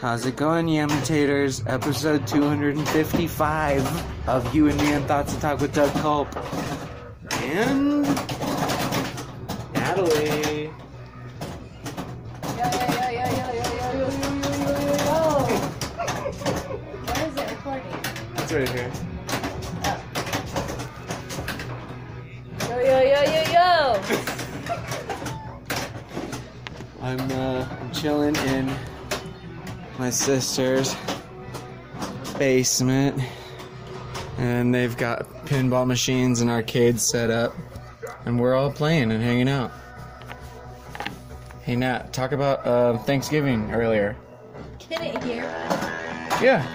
How's it going, Yamitators? Episode 255 of You and Me and Thoughts and Talk with Doug Culp. And Natalie. Yo, yo, yo, yo, yo, yo, yo, yo, yo, yo, yo, yo. Where is it recording? It's right here. Yo, yo, yo, yo, yo. I'm, uh, I'm chilling in my sister's basement, and they've got pinball machines and arcades set up, and we're all playing and hanging out. Hey Nat, talk about uh, Thanksgiving earlier. Get it here. Yeah,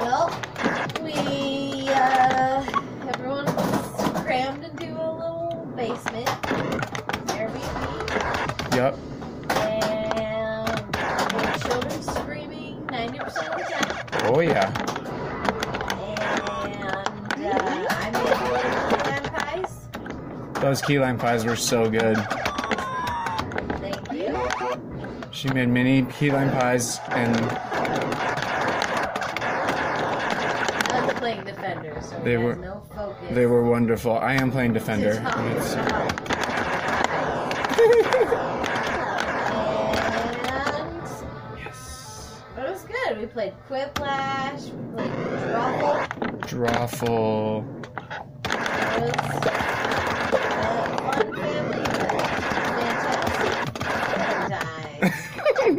Well, we, uh, everyone was crammed into a little basement, Airbnb, Yep. and there were children screaming 90% of the time. Oh yeah. And uh, I made lamb pies. Those key lime pies were so good. Thank you. She made mini key lime pies and I was playing defender, so They it has were- no focus. they were wonderful. I am playing defender. and it's- And Yes. But it was good. We played Quiplash, we played Drawful. Drawful. It was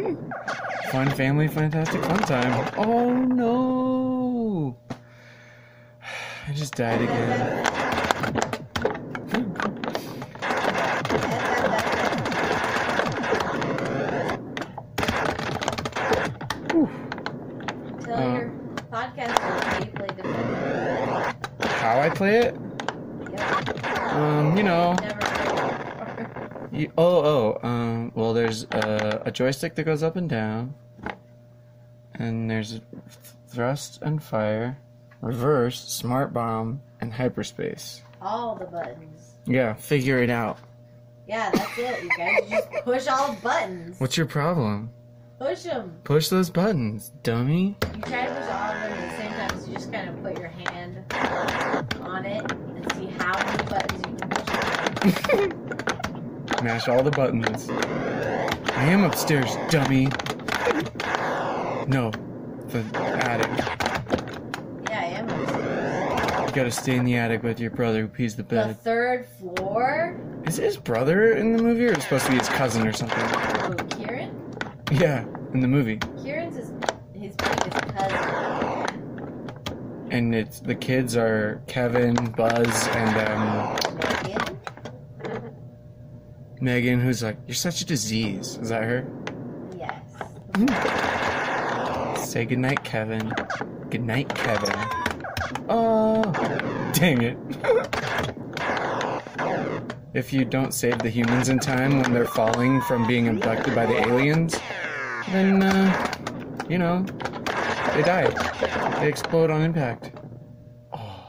a fun family fantastic fun time. Fun family, fantastic fun time. Oh no. I just died again. Whew. Tell Uh, your podcaster how you played Defender. How I play it? Yep, Um, you know. never played it before. You, oh, oh. Um, well, there's uh, a, a joystick that goes up and down, and there's th- thrust and fire, reverse, smart bomb, and hyperspace. All the buttons. Yeah, figure it out. Yeah, that's it, you guys. You just push all the buttons. What's your problem? Push them. Push those buttons, dummy. You try to push all of them at the same time, so you just kind of put your hand on it and see how many buttons you can push. Mash all the buttons. I am upstairs, dummy. No, the attic. Yeah, I am. upstairs. You gotta stay in the attic with your brother who pees the The bed. third floor. Is it his brother in the movie, or is it supposed to be his cousin or something? Oh, Kieran. Yeah, in the movie. Kieran's his his biggest cousin. And it's the kids are Kevin, Buzz, and um, Megan. Megan, who's like, "You're such a disease." Is that her? Yes. Say goodnight, Kevin. Goodnight, Kevin. Oh, dang it! if you don't save the humans in time when they're falling from being abducted by the aliens, then uh, you know they die. They explode on impact. Oh,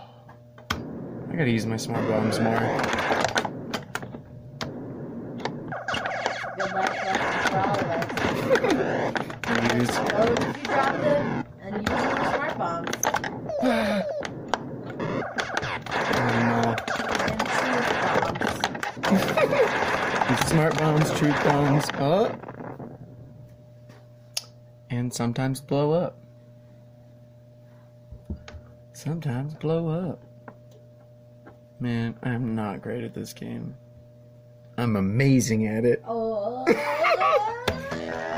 I gotta use my smart bombs more. Good luck lessons for all of us. Use- Oh, did you drop the unusual smart bombs? Oh And truth bombs. no. These Smart bombs, truth bombs up. And sometimes blow up. Sometimes blow up. Man, I'm not great at this game. I'm amazing at it. Oh.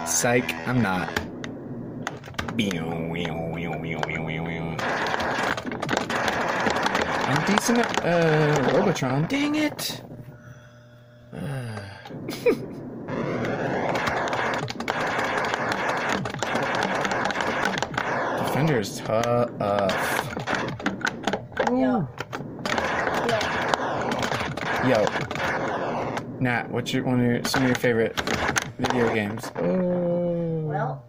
Psych, I'm not. I'm decent at uh, Robotron. Dang it! Defender's tough. Yo. Yeah. Yo. Nat, what's your one of your some of your favorite video games? Oh. Well,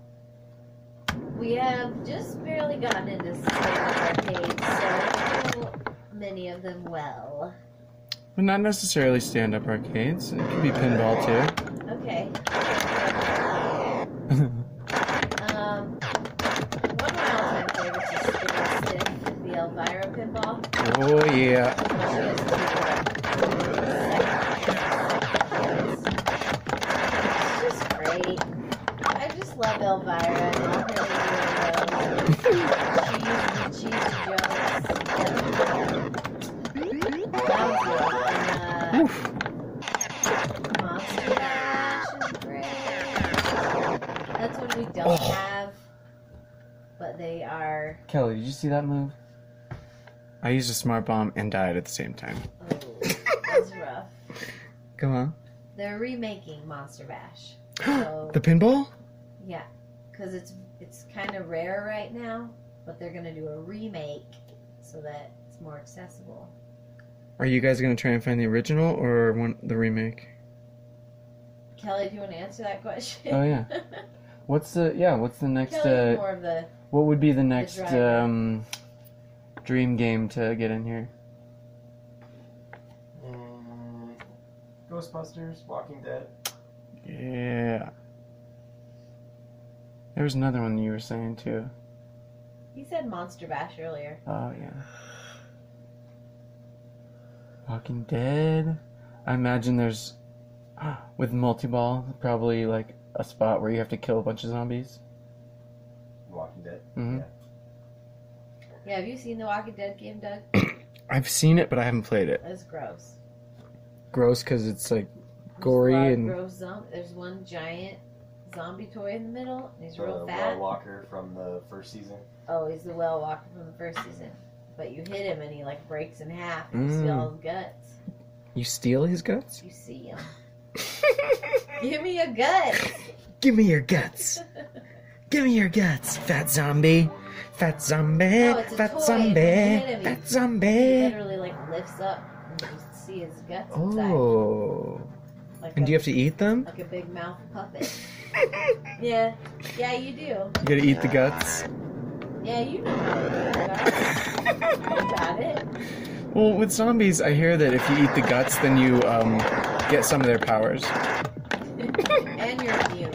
we have just barely gotten into sustainable arcades, so I know many of them well. But not necessarily stand up arcades. It could be pinball too. Okay. um, Elvira pinball. Oh, yeah. She has two directions. It's just great. I just love Elvira and all her little cheese, cheese jokes. And, uh, Oof. Monster Mash is great. That's what we don't Oh. have, but they are. Kelly, did you see that move? I used a smart bomb and died at the same time. Oh, that's rough. Come on. They're remaking Monster Bash. So The pinball? yeah, because it's it's kind of rare right now, but they're gonna do a remake so that it's more accessible. Are you guys gonna try and find the original or want the remake? Kelly, do you want to answer that question? Oh, yeah. What's the yeah? What's the next? Kelly's Uh, more of the what would be the next driver. um, dream game to get in here? Mm, Ghostbusters, Walking Dead. Yeah. There was another one you were saying too. he said Monster Bash earlier. Oh yeah. Walking Dead. I imagine there's with multi-ball probably like a spot where you have to kill a bunch of zombies. Walking Dead. hmm Yeah, have you seen the Walking Dead game, Doug? I've seen it, but I haven't played it. That's gross. Gross, cause it's like There's a Gory lot of and- gross zom- There's one giant zombie toy in the middle. And he's The real Wall fat. Walker from the first season. Oh, he's the whale walker from the first season. But you hit him and he like breaks in half. And You see Mm. all his guts. you steal his guts. You see him. Give me a gut. Give me your guts. Give me your guts, fat zombie. Fat zombie. No, it's a fat toy. It's an zombie. enemy. Fat He zombie. literally like lifts up and you just see his guts inside. Oh. Like And a, do you have to eat them? like a big mouth puppet. yeah, yeah, you do. You gotta eat the guts. Yeah, you know. how to do that. I got it. Well, with zombies, I hear that if you eat the guts, then you um, get some of their powers. And you're immune.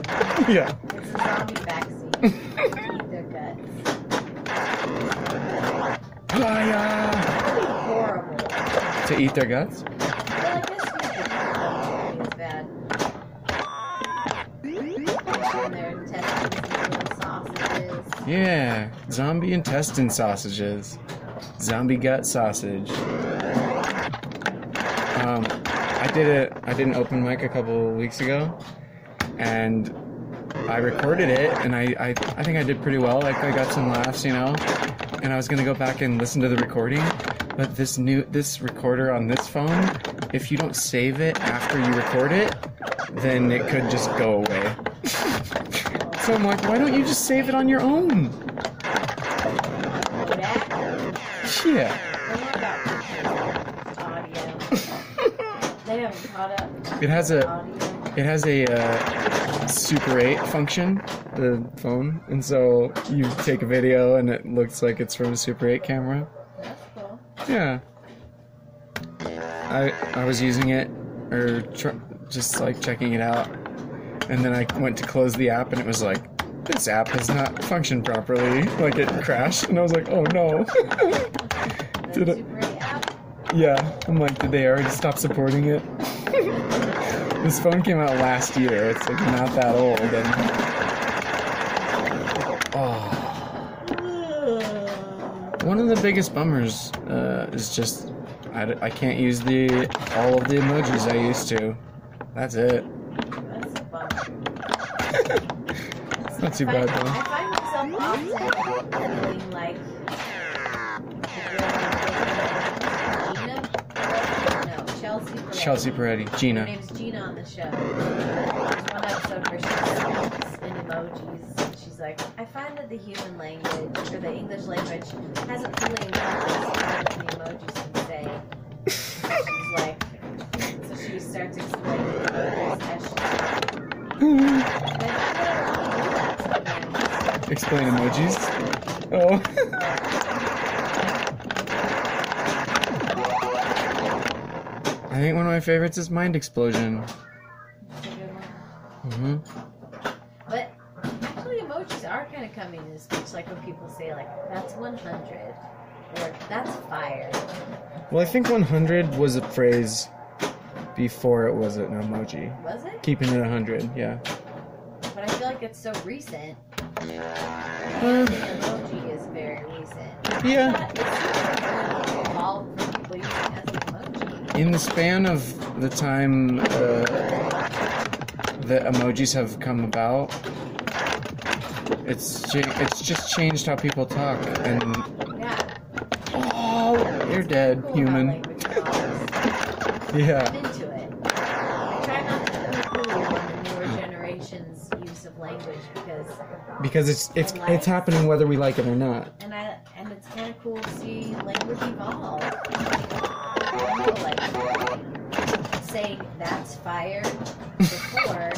yeah. It's a zombie vaccine. Eat their guts. Hiya! Horrible. To eat their guts? Well, I guess you could do something as bad. And their intestines and little sausages. Yeah. Zombie intestine sausages. Zombie gut sausage. Um, I did a I did an open mic a couple weeks ago, and I recorded it, and I, I I think I did pretty well. Like I got some laughs, you know. And I was gonna go back and listen to the recording, but this new this recorder on this phone, if you don't save it after you record it, then it could just go away. so I'm like, why don't you just save it on your own? Kodak. Yeah. They have got pictures, audio. They haven't caught up with It has a audio. It has a uh, Super 8 function, the phone, and so you take a video and it looks like it's from a Super 8 camera. That's cool. Yeah. I I was using it, or tr- just like checking it out, and then I went to close the app and it was like, this app has not functioned properly. Like it crashed, and I was like, oh no. The Did it- Super 8 app. yeah, I'm like, did they already stop supporting it? this phone came out last year. It's like not that old. And... Oh. One of the biggest bummers uh, is just I, d- I can't use the all of the emojis I used to. That's it. That's a bummer. It's not too I bad find, though. I find myself often feeling like Gina? No, Chelsea. Peretti. Chelsea Peretti, Her Gina. name's Gina on the show. There's one episode where she speaks in emojis. And she's like, I find that the human language, or the English language, hasn't really encompassed what the emojis can say. She's like, so she starts explaining the emojis as she And I don't really do that sometimes. Explain emojis. Oh. I think one of my favorites is Mind Explosion. It's a good one. hmm But actually, emojis are kind of coming into speech, like when people say, like, that's 100. Or, that's fire. Well, I think 100 was a phrase before it was an emoji. Was it? Keeping it 100, yeah. But I feel like it's so recent. Uh, The emoji is very recent. yeah. But it's really evolved from people using it as an emoji. In the span of the time uh, that emojis have come about, it's cha- it's just changed how people talk. And Yeah. oh, you're dead, Cool how human. language evolves. Yeah, I'm into it. I try not to poo poo on the newer generation's use of language because, because it's it's it's happening whether we like it or not. and I, and it's kind of cool to see language evolve. People like saying "that's fire." Before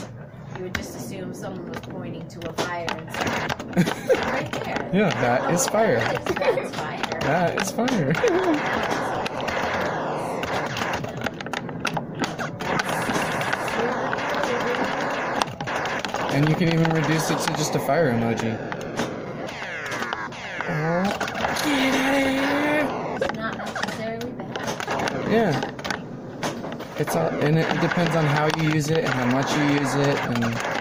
you would just assume someone was pointing to a fire and saying, "It's right there." Yeah, that is fire. That's fire. That is fire. And you can even reduce it to just a fire emoji. Oh, get out of here! It's not necessarily bad. Yeah. It's all, and it depends on how you use it and how much you use it and.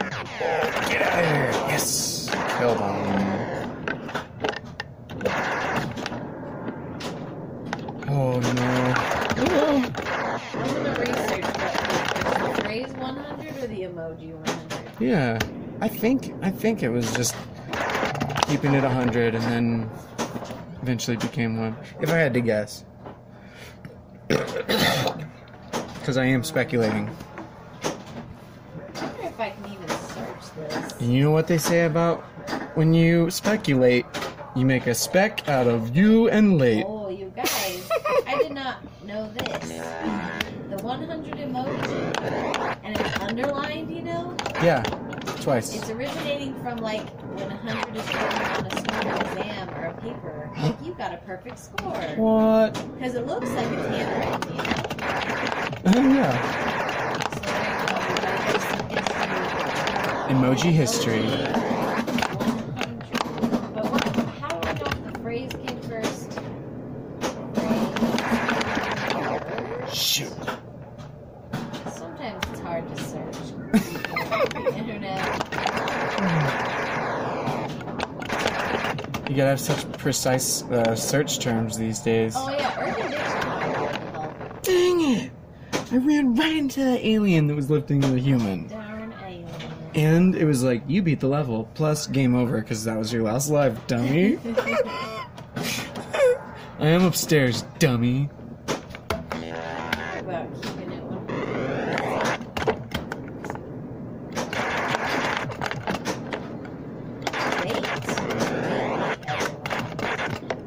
Get out of here! Yes. Hell bomb. Oh no. I'm gonna research what the phrase 100 or the emoji 100. Yeah. I think I think it was just keeping it hundred and then eventually became one. If I had to guess. Cause I am speculating. I wonder if I can even search this. And you know what they say about when you speculate, you make a speck out of you and late. Oh, you guys, I did not know this. The 100 emoji, and it's underlined, you know? Yeah, twice. It's originating from like when 100 is given on a school exam or a paper. Like, you got a perfect score. What? Because it looks like it's handwritten, you know? yeah. So there you go. everybody. Just look into Emoji history. 100. But what, how do I know if the phrase came first? Phrase. Shoot. Sometimes it's hard to search. The internet. You gotta have such precise uh, search terms these days. Oh yeah, Urban Dictionary. would help. Dang it! I ran right into that alien that was lifting the human. Darn alien. And it was like, you beat the level, plus game over, because that was your last life, dummy. I am upstairs, dummy. About keeping it one. Wait.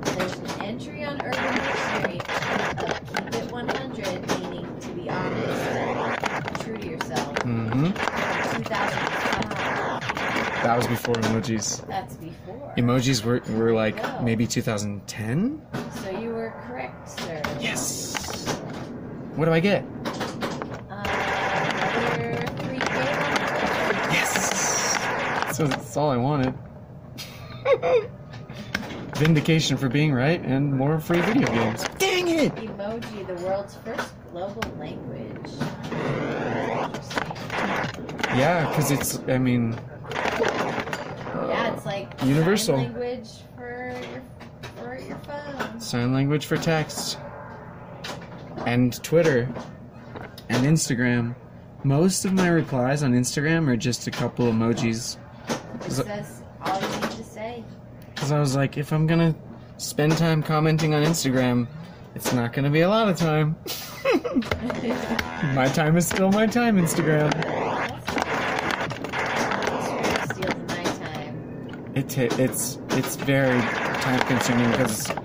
There's an entry on Urban Dictionary of keep it 100, meaning to be honest, true to yourself. Mm hmm. 2005. That was before emojis. That's before. Emojis were, were like maybe 2010? So you were correct, sir. Yes! What do I get? Uh, another three K one. Yes! So that's all I wanted. Vindication for being right and more free video games. Dang it! Emoji, the world's first global language. Interesting. Yeah, because it's, I mean, Yeah, it's like Universal. sign language for your for your phone. sign language for text, and Twitter, and Instagram. Most of my replies on Instagram are just a couple emojis. It So- says all you need to say. Because I was like, if I'm gonna spend time commenting on Instagram, it's not gonna be a lot of time. my time is still my time, Instagram. Instagram steals my time. It ta it's it's very time consuming because Look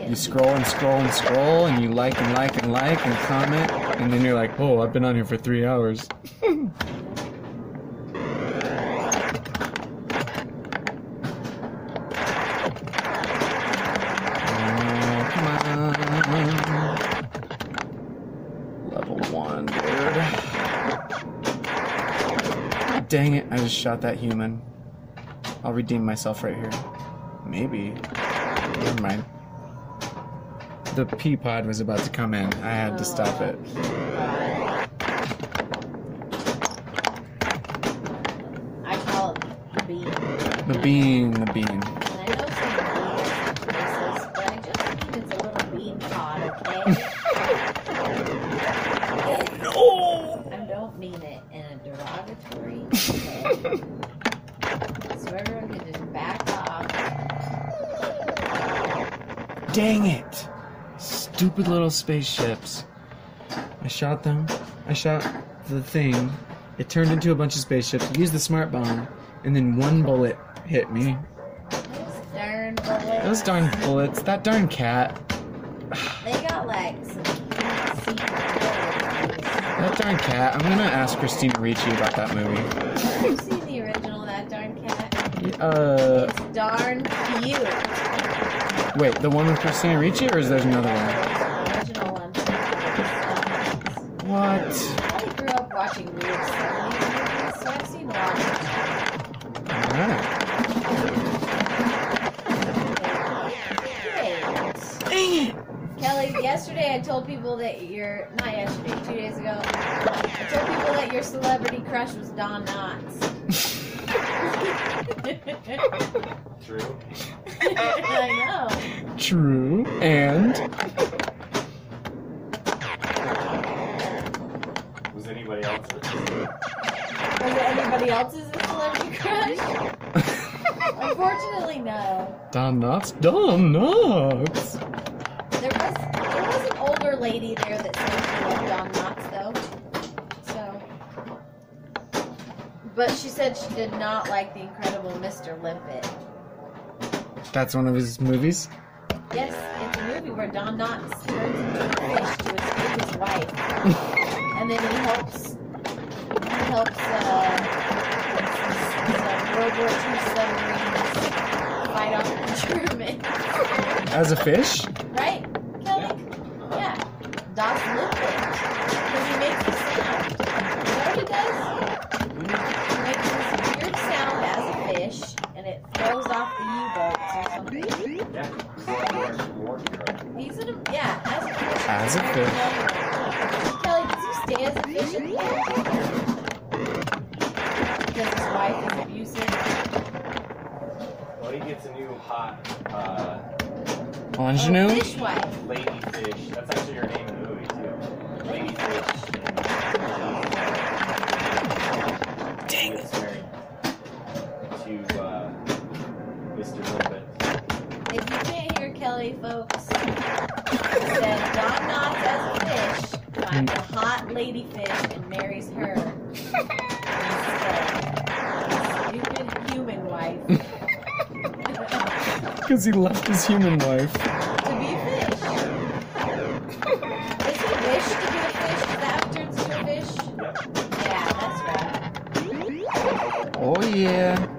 you at scroll and scroll and scroll and you like and like and like and comment and then you're like, oh, I've been on here for three hours. Oh, come on. Level one, dude. Dang it, I just shot that human. I'll redeem myself right here. Maybe. Never mind. The pea pod was about to come in. I had to stop it. I call it the bean. The bean, the bean. And I know some beans places, but I just think it's a little bean pod, okay? No! I don't mean it in a derogatory way. so everyone can just back off. Dang it! Stupid little spaceships. I shot them. I shot the thing. It turned into a bunch of spaceships. Used the smart bomb, and then one bullet hit me. Those darn bullets. Those darn bullets. That darn cat. They got like some secret bullets. That darn cat. I'm gonna ask Christina Ricci about that movie. You've seen the original That Darn Cat? Uh, It's darn cute. wait, the one with Christina Ricci, or is there another one? The original one. I What? grew up watching weird stuff, so I've seen a lot of Alright. things. Kelly, yesterday I told people that your not yesterday, two days ago, I told people that your celebrity crush was Don Knotts. True. I know. True. And Was anybody else? Was it anybody else's a celebrity crush? Unfortunately, no. Don Knotts. Don Knotts. There was there was an older lady there that said she loved Don Knotts though. So, but she said she did not like the Incredible Mr. Limpet. That's one of his movies. Yes, it's a movie where Don Knotts turns into a fish to escape his wife, and then he helps he helps uh, some World War II submarines fight off the Germans. As a fish. Right? Kelly? Yeah. Das Lippig. Because he makes a sound. You know what he does? He makes this weird sound as a fish, and it throws off the U-boats or something. Yeah. War- war hero. He's in a, yeah, as a fish. As a fish. Kelly, does he stay as a fish in the air? Because his wife is abusive. Well, he gets a new hot uh, Oh, Ingenue. fish wife. ladyfish. That's actually her name in the movie too. Ladyfish. Dang it. To uh, Mr. Lippet. If you can't hear Kelly, folks, it said Don Knotts as a fish finds a hot lady fish and marries her. instead. Stupid human wife. to be Because he left his human wife. a fish. Does he wish to be a fish? Is that how he turns into a fish? Yeah, that's right. Oh yeah.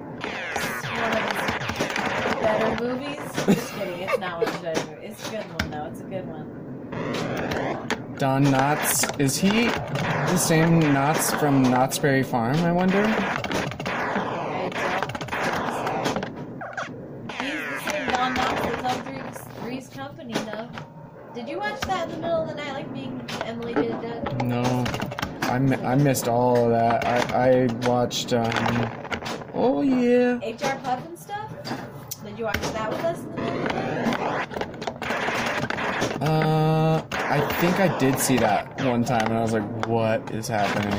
It's one of his better movies. Just kidding. It's not one of his better movies. It's a good one, though. It's a good one. Don Knotts. Is he the same Knotts from Knott's Berry Farm? I wonder. I don't think so. He's the same Don Knotts that's on Three's, Three's Company, though. Did you watch that in the middle of the night, like me and Emily did it? Doug? No. I, mi- I missed all of that. I, I watched. Um, oh yeah. HR Puff and stuff? Did you watch that with us in the middle of the night? Uh, I think I did see that one time, and I was like, "What is happening?"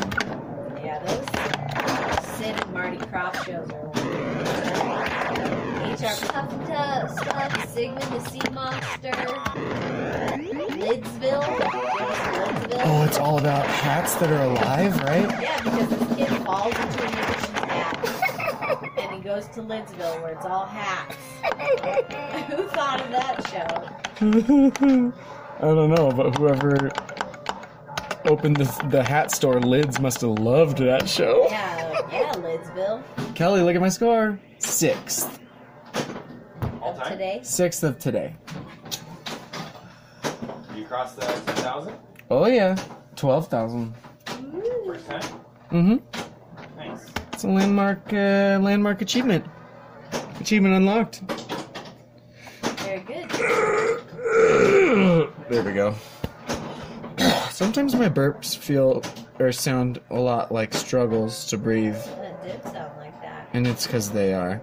Yeah, those Sid and Marty Krop shows are weird. HR Puff and Tuff stuff, Sigmund the Sea Monster, Lidsville. Lidsville. Oh, it's all about hats that are alive, right? Yeah, because this kid falls into a magician's hat. and he goes to Lidsville where it's all hats. Who thought of that show? I don't know, but whoever opened the, the hat store lids must have loved that show. Yeah, yeah, Lidsville. Kelly, look at my score. Sixth, All Of time. today. sixth of today. You crossed the 2,000 Oh yeah, twelve thousand. first time. Mm-hmm. Nice. It's a landmark uh, landmark achievement. Achievement unlocked. Very good. there we go. Sometimes my burps feel or sound a lot like struggles to breathe, That did sound like that. and it's because they are.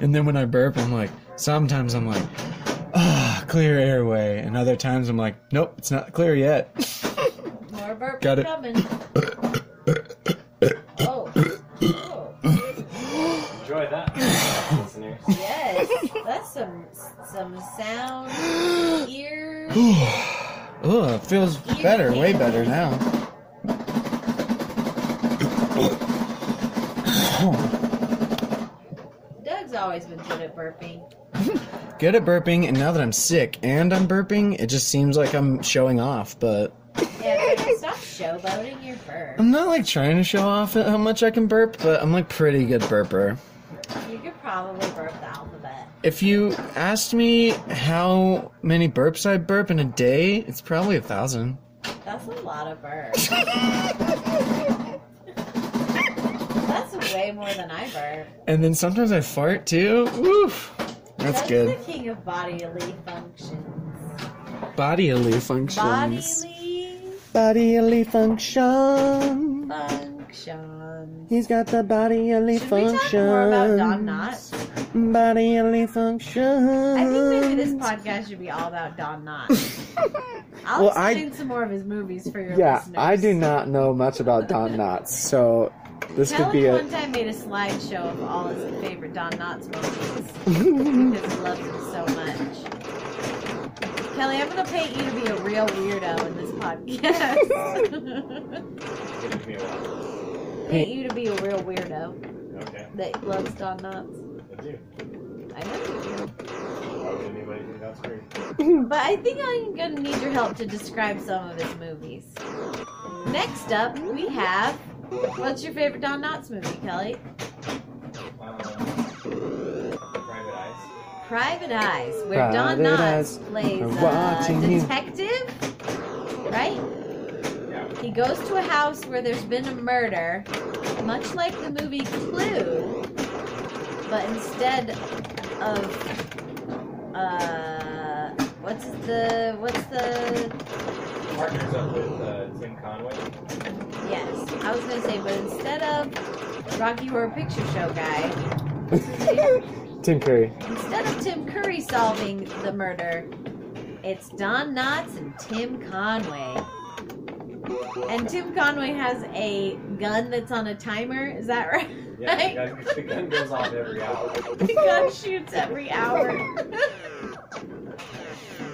and then when I burp, I'm like, sometimes I'm like, ah, clear airway, and other times I'm like, nope, it's not clear yet. More burp Got it. coming. oh. oh. Enjoy that, listeners. Yes. That's some some sound ear. Oh, it feels better, way better now. Doug's always been good at burping. Good at burping, and now that I'm sick and I'm burping, it just seems like I'm showing off, but Yeah, but stop showboating your burp. I'm not like trying to show off how much I can burp, but I'm like pretty good burper. You could probably burp the alphabet. If you asked me how many burps I burp in a day, it's probably a thousand. That's a lot of burps. That's way more than I burp. And then sometimes I fart too. Woof. That's That's good. the king of bodily functions. Bodily functions. Bodily Bodily function. functions. He's got the bodily Should we talk more about Don Knotts? Bodily function. I think maybe this podcast should be all about Don Knotts. I'll Well, I- explain some more of his movies for your Yeah, listeners. I do not know much about Don Knotts, so this could be Helen one a. time made a slideshow of all his favorite Don Knotts movies because he loves him so much. Kelly, I'm gonna pay you to be a real weirdo in this podcast. Give me a while. pay you to be a real weirdo Okay, that loves Don Knotts. I do. I know you Why would anybody think that's weird? do, but I think I'm gonna need your help to describe some of his movies. Next up, we have what's your favorite Don Knotts movie, Kelly? Um, private eyes. Private Eyes, where Don Private Knotts Eyes plays are a watching you. detective, right? Yeah. He goes to a house where there's been a murder, much like the movie Clue, but instead of uh, what's the what's the Partners up with uh, Tim Conway. yes? I was gonna say, but instead of Rocky Horror Picture Show guy, what's his name? Tim Curry. Instead of Tim Curry solving the murder, it's Don Knotts and Tim Conway. And Tim Conway has a gun that's on a timer, is that right? Yeah, the gun, the gun goes off every hour. the gun shoots every hour.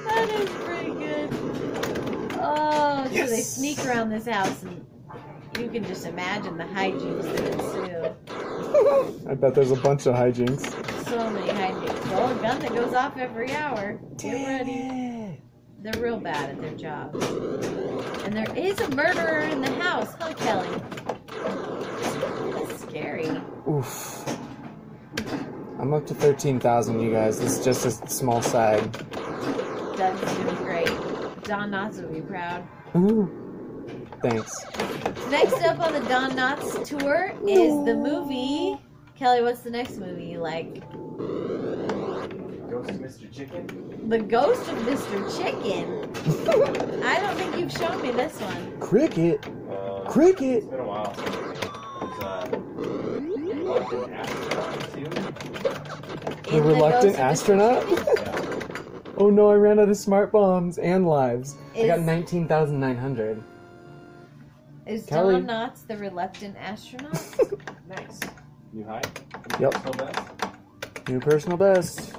that is pretty good. Oh, so they sneak around this house and you can just imagine the hijinks that ensue. I bet there's a bunch of hijinks. So many hijinks. Well, a gun that goes off every hour. Get ready. They're real bad at their job. And there is a murderer in the house, huh, Kelly? That's scary. Oof. I'm up to 13,000, you guys. This is just a small side. Doug's doing great. Don Knotts will be proud. Ooh. Thanks. Next up on the Don Knotts tour is the movie. Kelly, what's the next movie you like? Goes to Mr. Chicken. The Ghost of Mr. Chicken. I don't think you've shown me this one. Cricket? Um, Cricket? It's been a while since I've seen it. There's, uh, The reluctant astronaut? yeah. oh no, I ran out of smart bombs and lives. I got Is- 19,900. Is Kelly. Don Knotts the reluctant astronaut? Nice. New high? Yep. Still best? New personal best.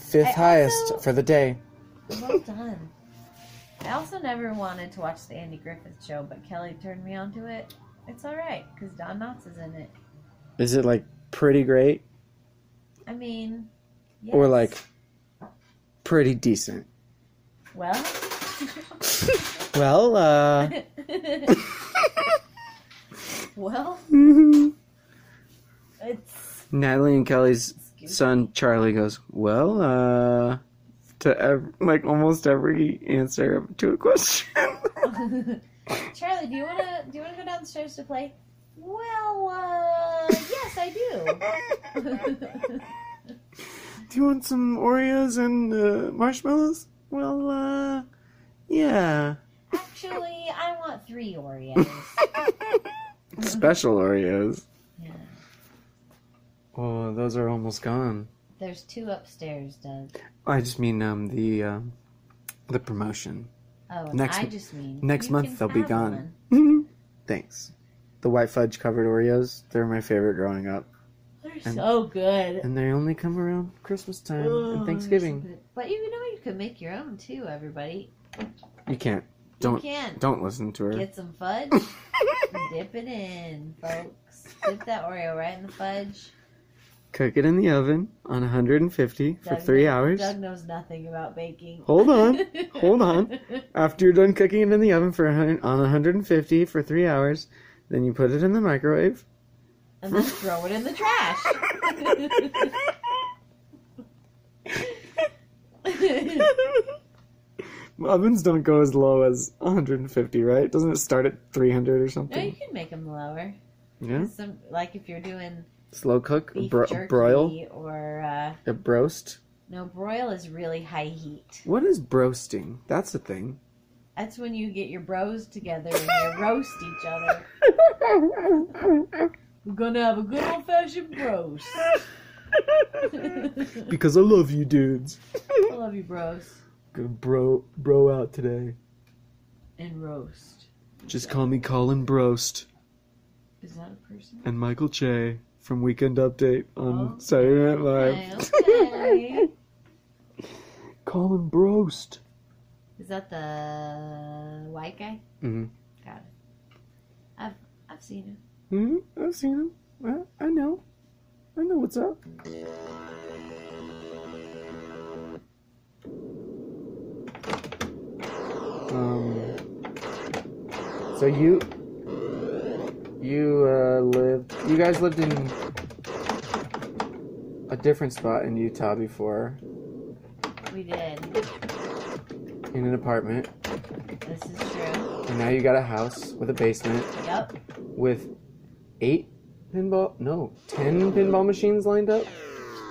Fifth I highest also- for the day. Well done. I also never wanted to watch the Andy Griffith show, but Kelly turned me onto it. It's all right because Don Knotts is in it. Is it like pretty great I mean, yes. or like pretty decent? well, Well, uh, well, it's Natalie and Kelly's son Charlie goes, "Well, uh," to ev- like almost every answer to a question. Charlie, do you wanna do you wanna go downstairs to play? Well, uh, yes, I do. Do you want some Oreos and uh, marshmallows? Well, uh, yeah. Actually, I want three Oreos. Special Oreos. Yeah. Oh, those are almost gone. There's two upstairs, Doug. I just mean um the um, the promotion. Oh, and Next I m- just mean next you month can they'll be have gone. one. Thanks. The white fudge covered Oreos. They're my favorite growing up, They're And- so good. and they only come around Christmas time Oh, they're so and Thanksgiving. good. But you know you can make your own too, everybody. You can't. Don't you can don't listen to her. get some fudge, and dip it in, folks. Dip that Oreo right in the fudge. Cook it in the oven on 150 for Doug three knows- hours. Doug knows nothing about baking. Hold on. Hold on. After you're done cooking it in the oven for 100, on 150 for three hours, then you put it in the microwave. and then throw it in the trash. Ovens don't go as low as 150, right? Doesn't it start at 300 or no, you something? can make them lower. Yeah. Some like if you're doing Slow cook, beef bro- jerky broil, or uh, a broast. no broil is really high heat. What is broasting? That's a thing. That's when you get your bros together and you roast each other. We're gonna have a good old fashioned bros. I because I love you dudes. love you, bros. Gonna bro bro out today. And roast. Just call me Colin Broast Is that a person? and Michael Che from Weekend Update on Oh, Saturday Night Live. Okay, okay. Colin Broast. Is that the white guy? Mhm. Got it. I've I've seen him. hmm I've seen him. I, I know. I know what's up. Um. So you, you uh, lived. You guys lived in a different spot in Utah before, We did. in an apartment, This is true. and now you got a house with a basement. Yep. with eight pinball no ten pinball machines lined up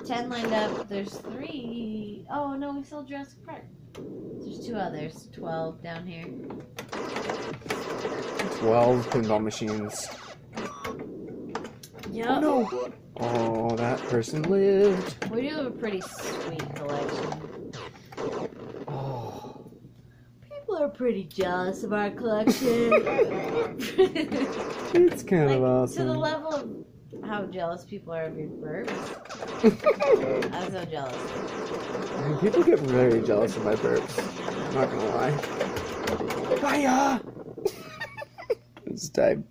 Ten lined up. There's three oh no, we sold Jurassic Park. There's two others. Twelve down here. 12 pinball machines Yep. no oh that person lived We do have a pretty sweet collection. oh People are pretty jealous of our collection. like, it's kind of To the awesome level of how jealous people are of your burps. I'm so jealous. And people get very jealous of my burps I'm not gonna lie Hiya! I just died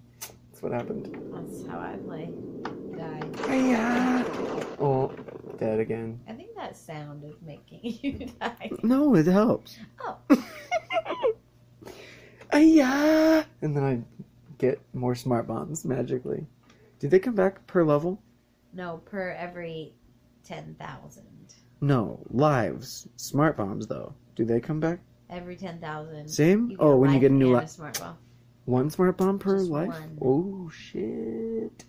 that's what happened That's how I play. Die. Hiya! oh dead again I think that sound is making you die. no it helps Oh. Hiya! and then I get more smart bombs magically do they come back per level No, per every 10,000. No, lives. Smart bombs, though. Do they come back? Every 10,000. Same? get Oh, when you life get a new and life. smart ball. One smart bomb per Just life? one. Oh, shit.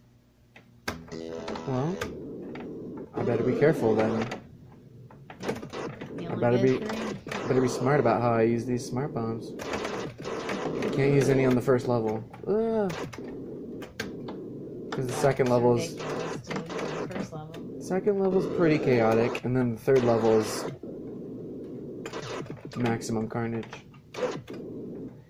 Well, I better be careful then. You I only better get be- three. I better be smart about how I use these smart bombs. Can't use any on the first level. Because the second It's level is ridiculous, too, the First level. Second level's pretty chaotic, and then the third level is maximum carnage.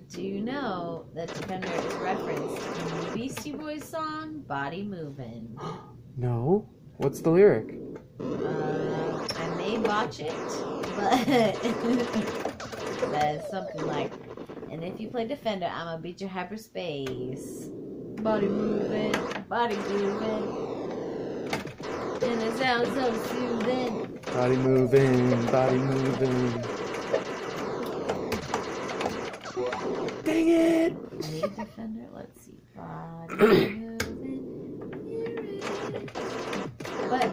Do you know that Defender is referenced in the Beastie Boys song Body Movin'? No? What's the lyric? Uh, I may botch it, but that's something like, and if you play defender, I'ma beat your hyperspace. Body moving, body moving, and it sounds so soothing. Body moving, body moving. Dang it! Any defender? Let's see. Body moving. here it is. But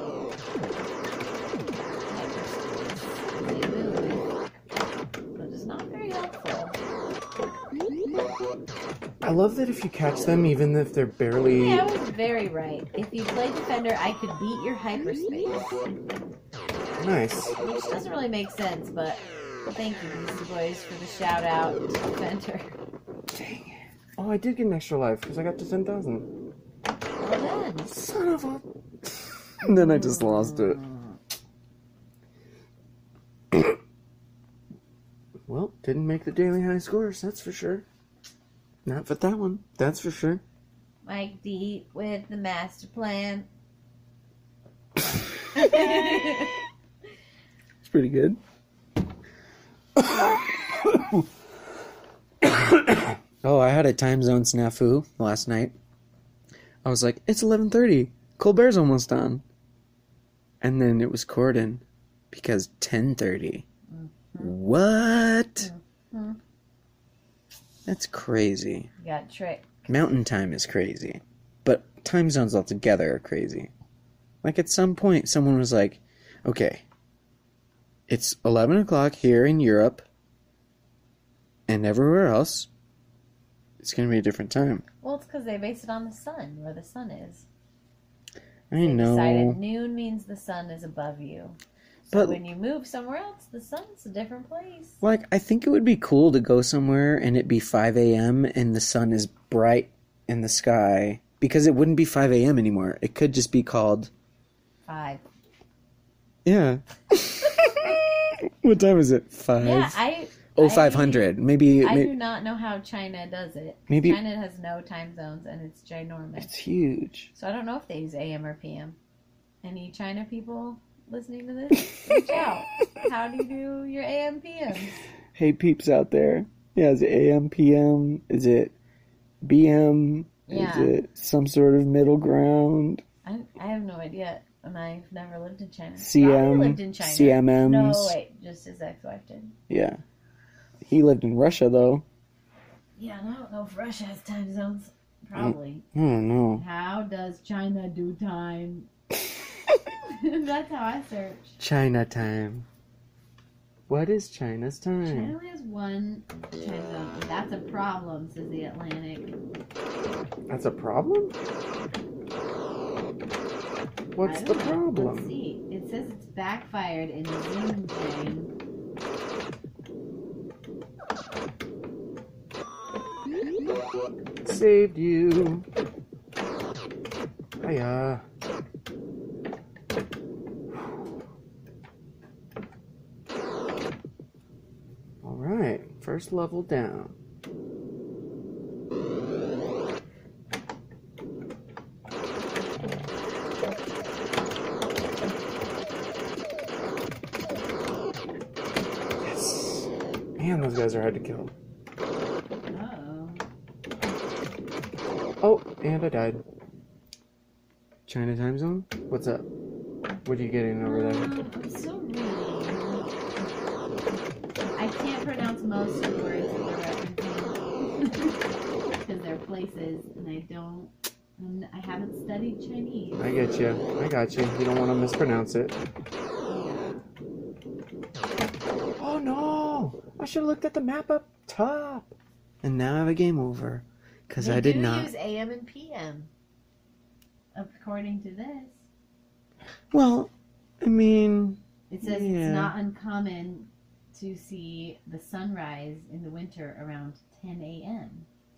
hyperspace, body moving, but it's not very helpful. I love that if you catch them, even if they're barely. Hey, I was very right. If you play Defender, I could beat your hyperspace. Nice. Which doesn't really make sense, but thank you, Beastie Boys, for the shout out to Defender. Dang it. Oh, I did get an extra life because I got to 10,000. Well done. Son of a. and then I just lost it. well, didn't make the daily high scores, that's for sure. Not for that one, that's for sure. Mike D with the master plan. It's pretty good. oh, I had a time zone snafu last night. I was like, it's 11:30. Colbert's almost on. And then it was Corden because 10:30. What? That's crazy. You got tricked. Mountain time is crazy, but time zones altogether are crazy. Like at some point, someone was like, "Okay, it's eleven o'clock here in Europe, and everywhere else, it's gonna be a different time." Well, it's because they based it on the sun, where the sun is. I know. Decided noon means the sun is above you. So But- when you move somewhere else, the sun's a different place. Like, I think it would be cool to go somewhere and it be 5 a.m. and the sun is bright in the sky because it wouldn't be 5 a.m. anymore. It could just be called. Five. Yeah. what time is it? 5. Yeah, I. oh, I- 500. Maybe. I may- do not know how China does it. Maybe- China has no time zones and it's ginormous. it's huge. So I don't know if they use AM or PM. Any China people listening to this? Reach out. How do you do your AM PM? Hey, peeps out there. Yeah, is it a.m., p.m.? Is it b.m.? Yeah. Is it some sort of middle ground? I, I have no idea, and I've never lived in China. CM? Robbie lived in China. CMMs? No, wait, just his ex-wife did. Yeah. He lived in Russia, though. Yeah, and I don't know if Russia has time zones. Probably. I don't know. How does China do time? That's how I search. China time. What is China's time? China only has one time zone. and That's a problem, says the Atlantic. That's a problem? What's I the don't know. Let's problem? see. It says it's backfired in Zoom thing. Saved you. Hiya. Alright, first level down. Yes. Man, those guys are hard to kill. Oh. Oh, and I died. China time zone? What's up? What are you getting over there? I'm so rude. I can't pronounce most of the words that they're referencing because they're places, and I don't. and I haven't studied Chinese. I get you. I got you. You don't want to mispronounce it. Oh no! I should have looked at the map up top. And now I have a game over. Because They I did do not. use AM and PM, according to this. Well, I mean, It says Yeah. it's not uncommon to see the sunrise in the winter around 10 a.m.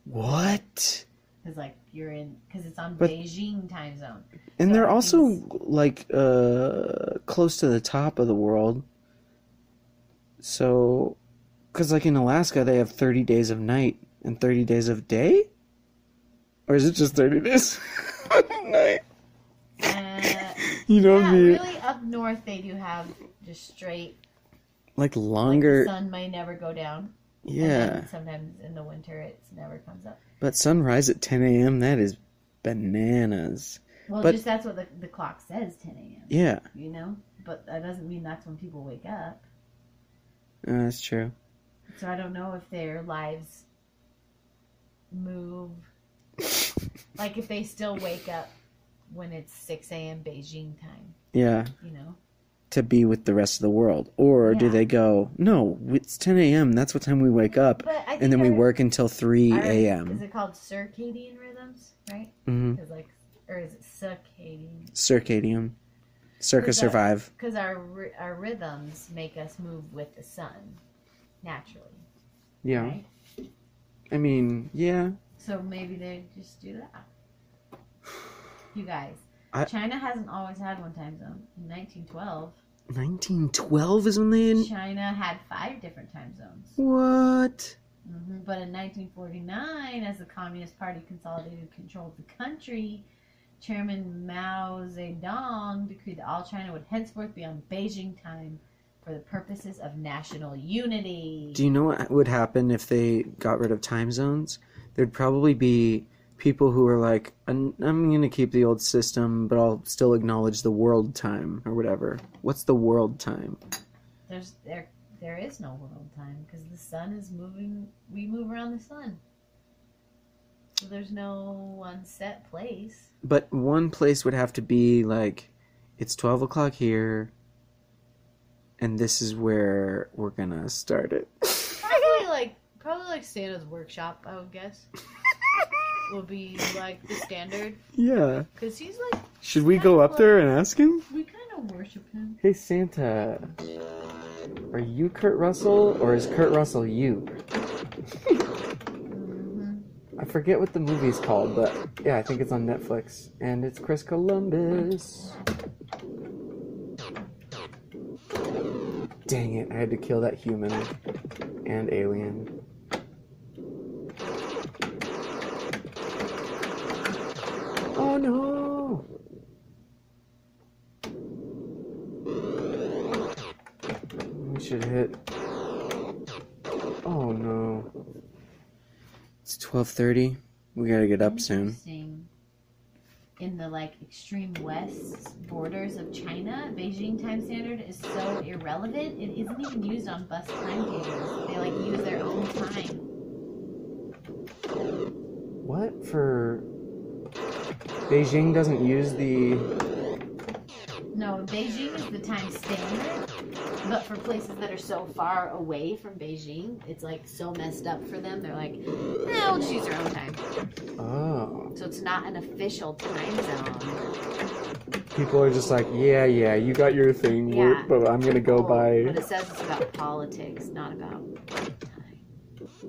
what? Because like you're in, because it's on But- Beijing time zone. And So they're I also think like uh close to the top of the world. So cuz like in Alaska they have 30 days of night and 30 days of day? Or is it just 30 days of night? Uh, You know what yeah, I mean? really up north they do have just straight. Like Like the longer sun may never go down. and Yeah. then sometimes in the winter it's never comes up. But sunrise at 10 a.m. that is bananas. Well, But- just that's what the, the clock says 10 a.m. Yeah, You know, but that doesn't mean that's when people wake up. uh, that's true. So I don't know if their lives move. like if they still wake up when it's 6 a.m. Beijing time, Yeah. you know? to be with the rest of the world, or do Yeah. they go, no, it's 10 a.m. That's what time we wake up, But I and then we think our- work until 3 our- Is a.m. it called circadian rhythms, right? hmm Because like, or is it circadian? Circadian, circa Is that- survive. Because our ry- our rhythms make us move with the sun, naturally. Yeah, Right? I mean, yeah, So maybe they just do that. You guys, I- China hasn't always had one time zone. In 1912, 1912 is when they. In- China had five different time zones. what? hmm But in 1949, as the Communist Party consolidated control of the country, Chairman Mao Zedong decreed that all China would henceforth be on Beijing time for the purposes of national unity. Do you know what would happen if they got rid of time zones? There'd probably be people who are like, I'm, I'm going to keep the old system, but I'll still acknowledge the world time or whatever. What's the world time? There's there there is no world time because the sun is moving. We move around the sun, so there's no one set place. But one place would have to be like, it's 12 o'clock here, and this is where we're going to start it. Probably like probably like Santa's workshop. I would guess will be like the standard yeah. because he's like Should we go up there and ask him? we kind of worship him. Hey Santa, are you Kurt Russell or is Kurt Russell you? hmm I forget what the movie's called, but yeah, I think it's on Netflix. And it's Chris Columbus. Dang it, I had to kill that human and alien. Oh no! We should hit. Oh no. It's 12:30. We gotta get up soon. Interesting. In the like extreme west borders of China, Beijing time standard is so irrelevant it isn't even used on bus timetables. They like use their own time. What for? Beijing doesn't use the. No, Beijing is the time standard, but for places that are so far away from Beijing, it's like so messed up for them. They're like, eh, we'll just use their own time. Oh. So it's not an official time zone. People are just like, yeah, yeah, you got your thing, we're- Yeah. but I'm gonna go Oh, by. But it says it's about politics, not about time.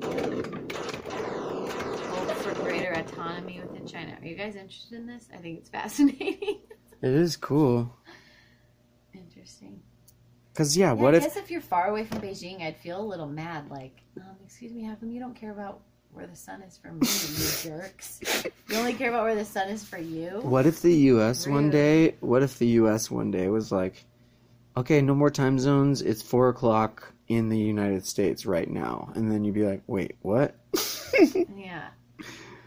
Hope for greater autonomy within China. Are you guys interested in this? I think it's fascinating. It is cool. Interesting. Cause yeah, Yeah, what I if? guess if you're far away from Beijing, I'd feel a little mad. Like, um, excuse me, how come you don't care about where the sun is for me, you jerks? You only care about where the sun is for you? What if the U.S. one Rude. day? What if the U.S. one day was like, okay, no more time zones. It's four o'clock in the United States right now, and then you'd be like, wait, what? Yeah.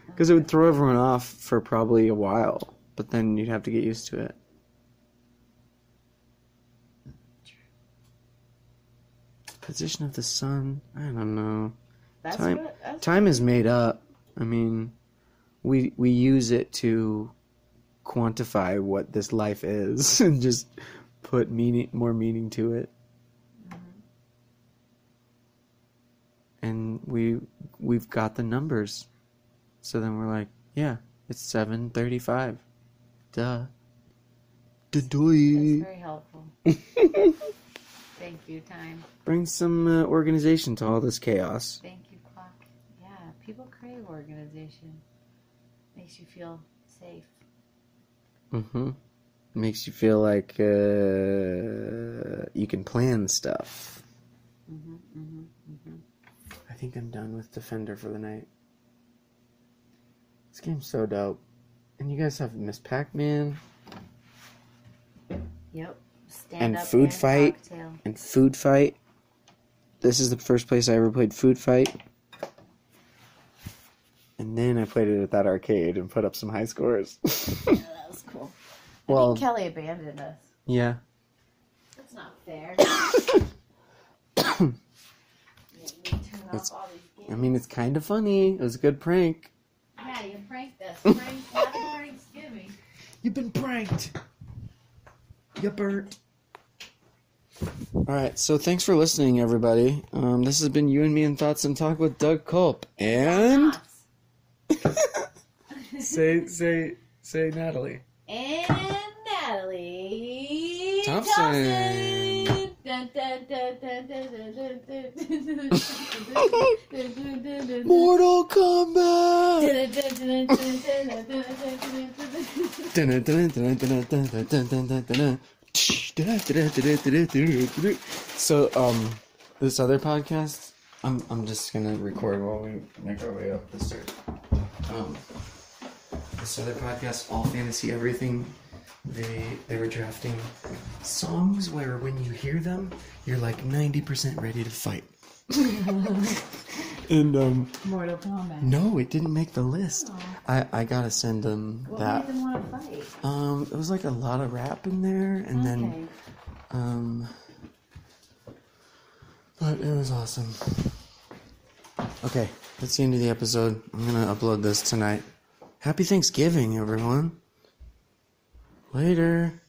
Because it would throw everyone off for probably a while, but then you'd have to get used to it. Position of the sun. I don't know. That's Time- what. That's Time is made up. I mean, we we use it to quantify what this life is and just put meaning more meaning to it. And we we've got the numbers. So then we're like, yeah, it's 7:35. Duh. that's Duh-doy. very helpful. Thank you, time. Bring some uh, organization to all this chaos. Thank you, clock. Yeah, people crave organization. Makes you feel safe. Mm-hmm. Makes you feel like uh, you can plan stuff. hmm hmm hmm I think I'm done with Defender for the night. This game's so dope. And you guys have Miss Pac-Man Yep. Stand And up food and fight. cocktail. and Food Fight. This is the first place I ever played Food Fight. And then I played it at that arcade and put up some high scores. Yeah, that was cool. I well, think Kelly abandoned us. yeah. That's not fair. Yeah, you turn off That's- all these I games. mean, it's kind of funny. It was a good prank. Yeah, you pranked us. Prank, happy Thanksgiving. You've been pranked. You Bert. All right, so thanks for listening, everybody. Um, this has been you and me in thoughts and talk with Doug Culp and Thoughts. Say, say, say, Natalie. and Natalie Thompson. Thompson. Dun, dun, dun, dun, dun, dun, dun, dun, dun, dun, dun, dun, dun. Mortal Kombat. That's um, So, um, this other podcast, I'm I'm just gonna record while we make our way up the stairs. Um, this other podcast, All Fantasy Everything, they they were drafting songs where when you hear them, you're like ninety percent ready to fight. and um, Mortal Kombat. no, it didn't make the list. I I gotta send them What that. made them want to fight? Um, it was like a lot of rap in there, and Okay. then um, but it was awesome. Okay, that's the end of the episode. I'm gonna upload this tonight. Happy Thanksgiving, everyone. Later.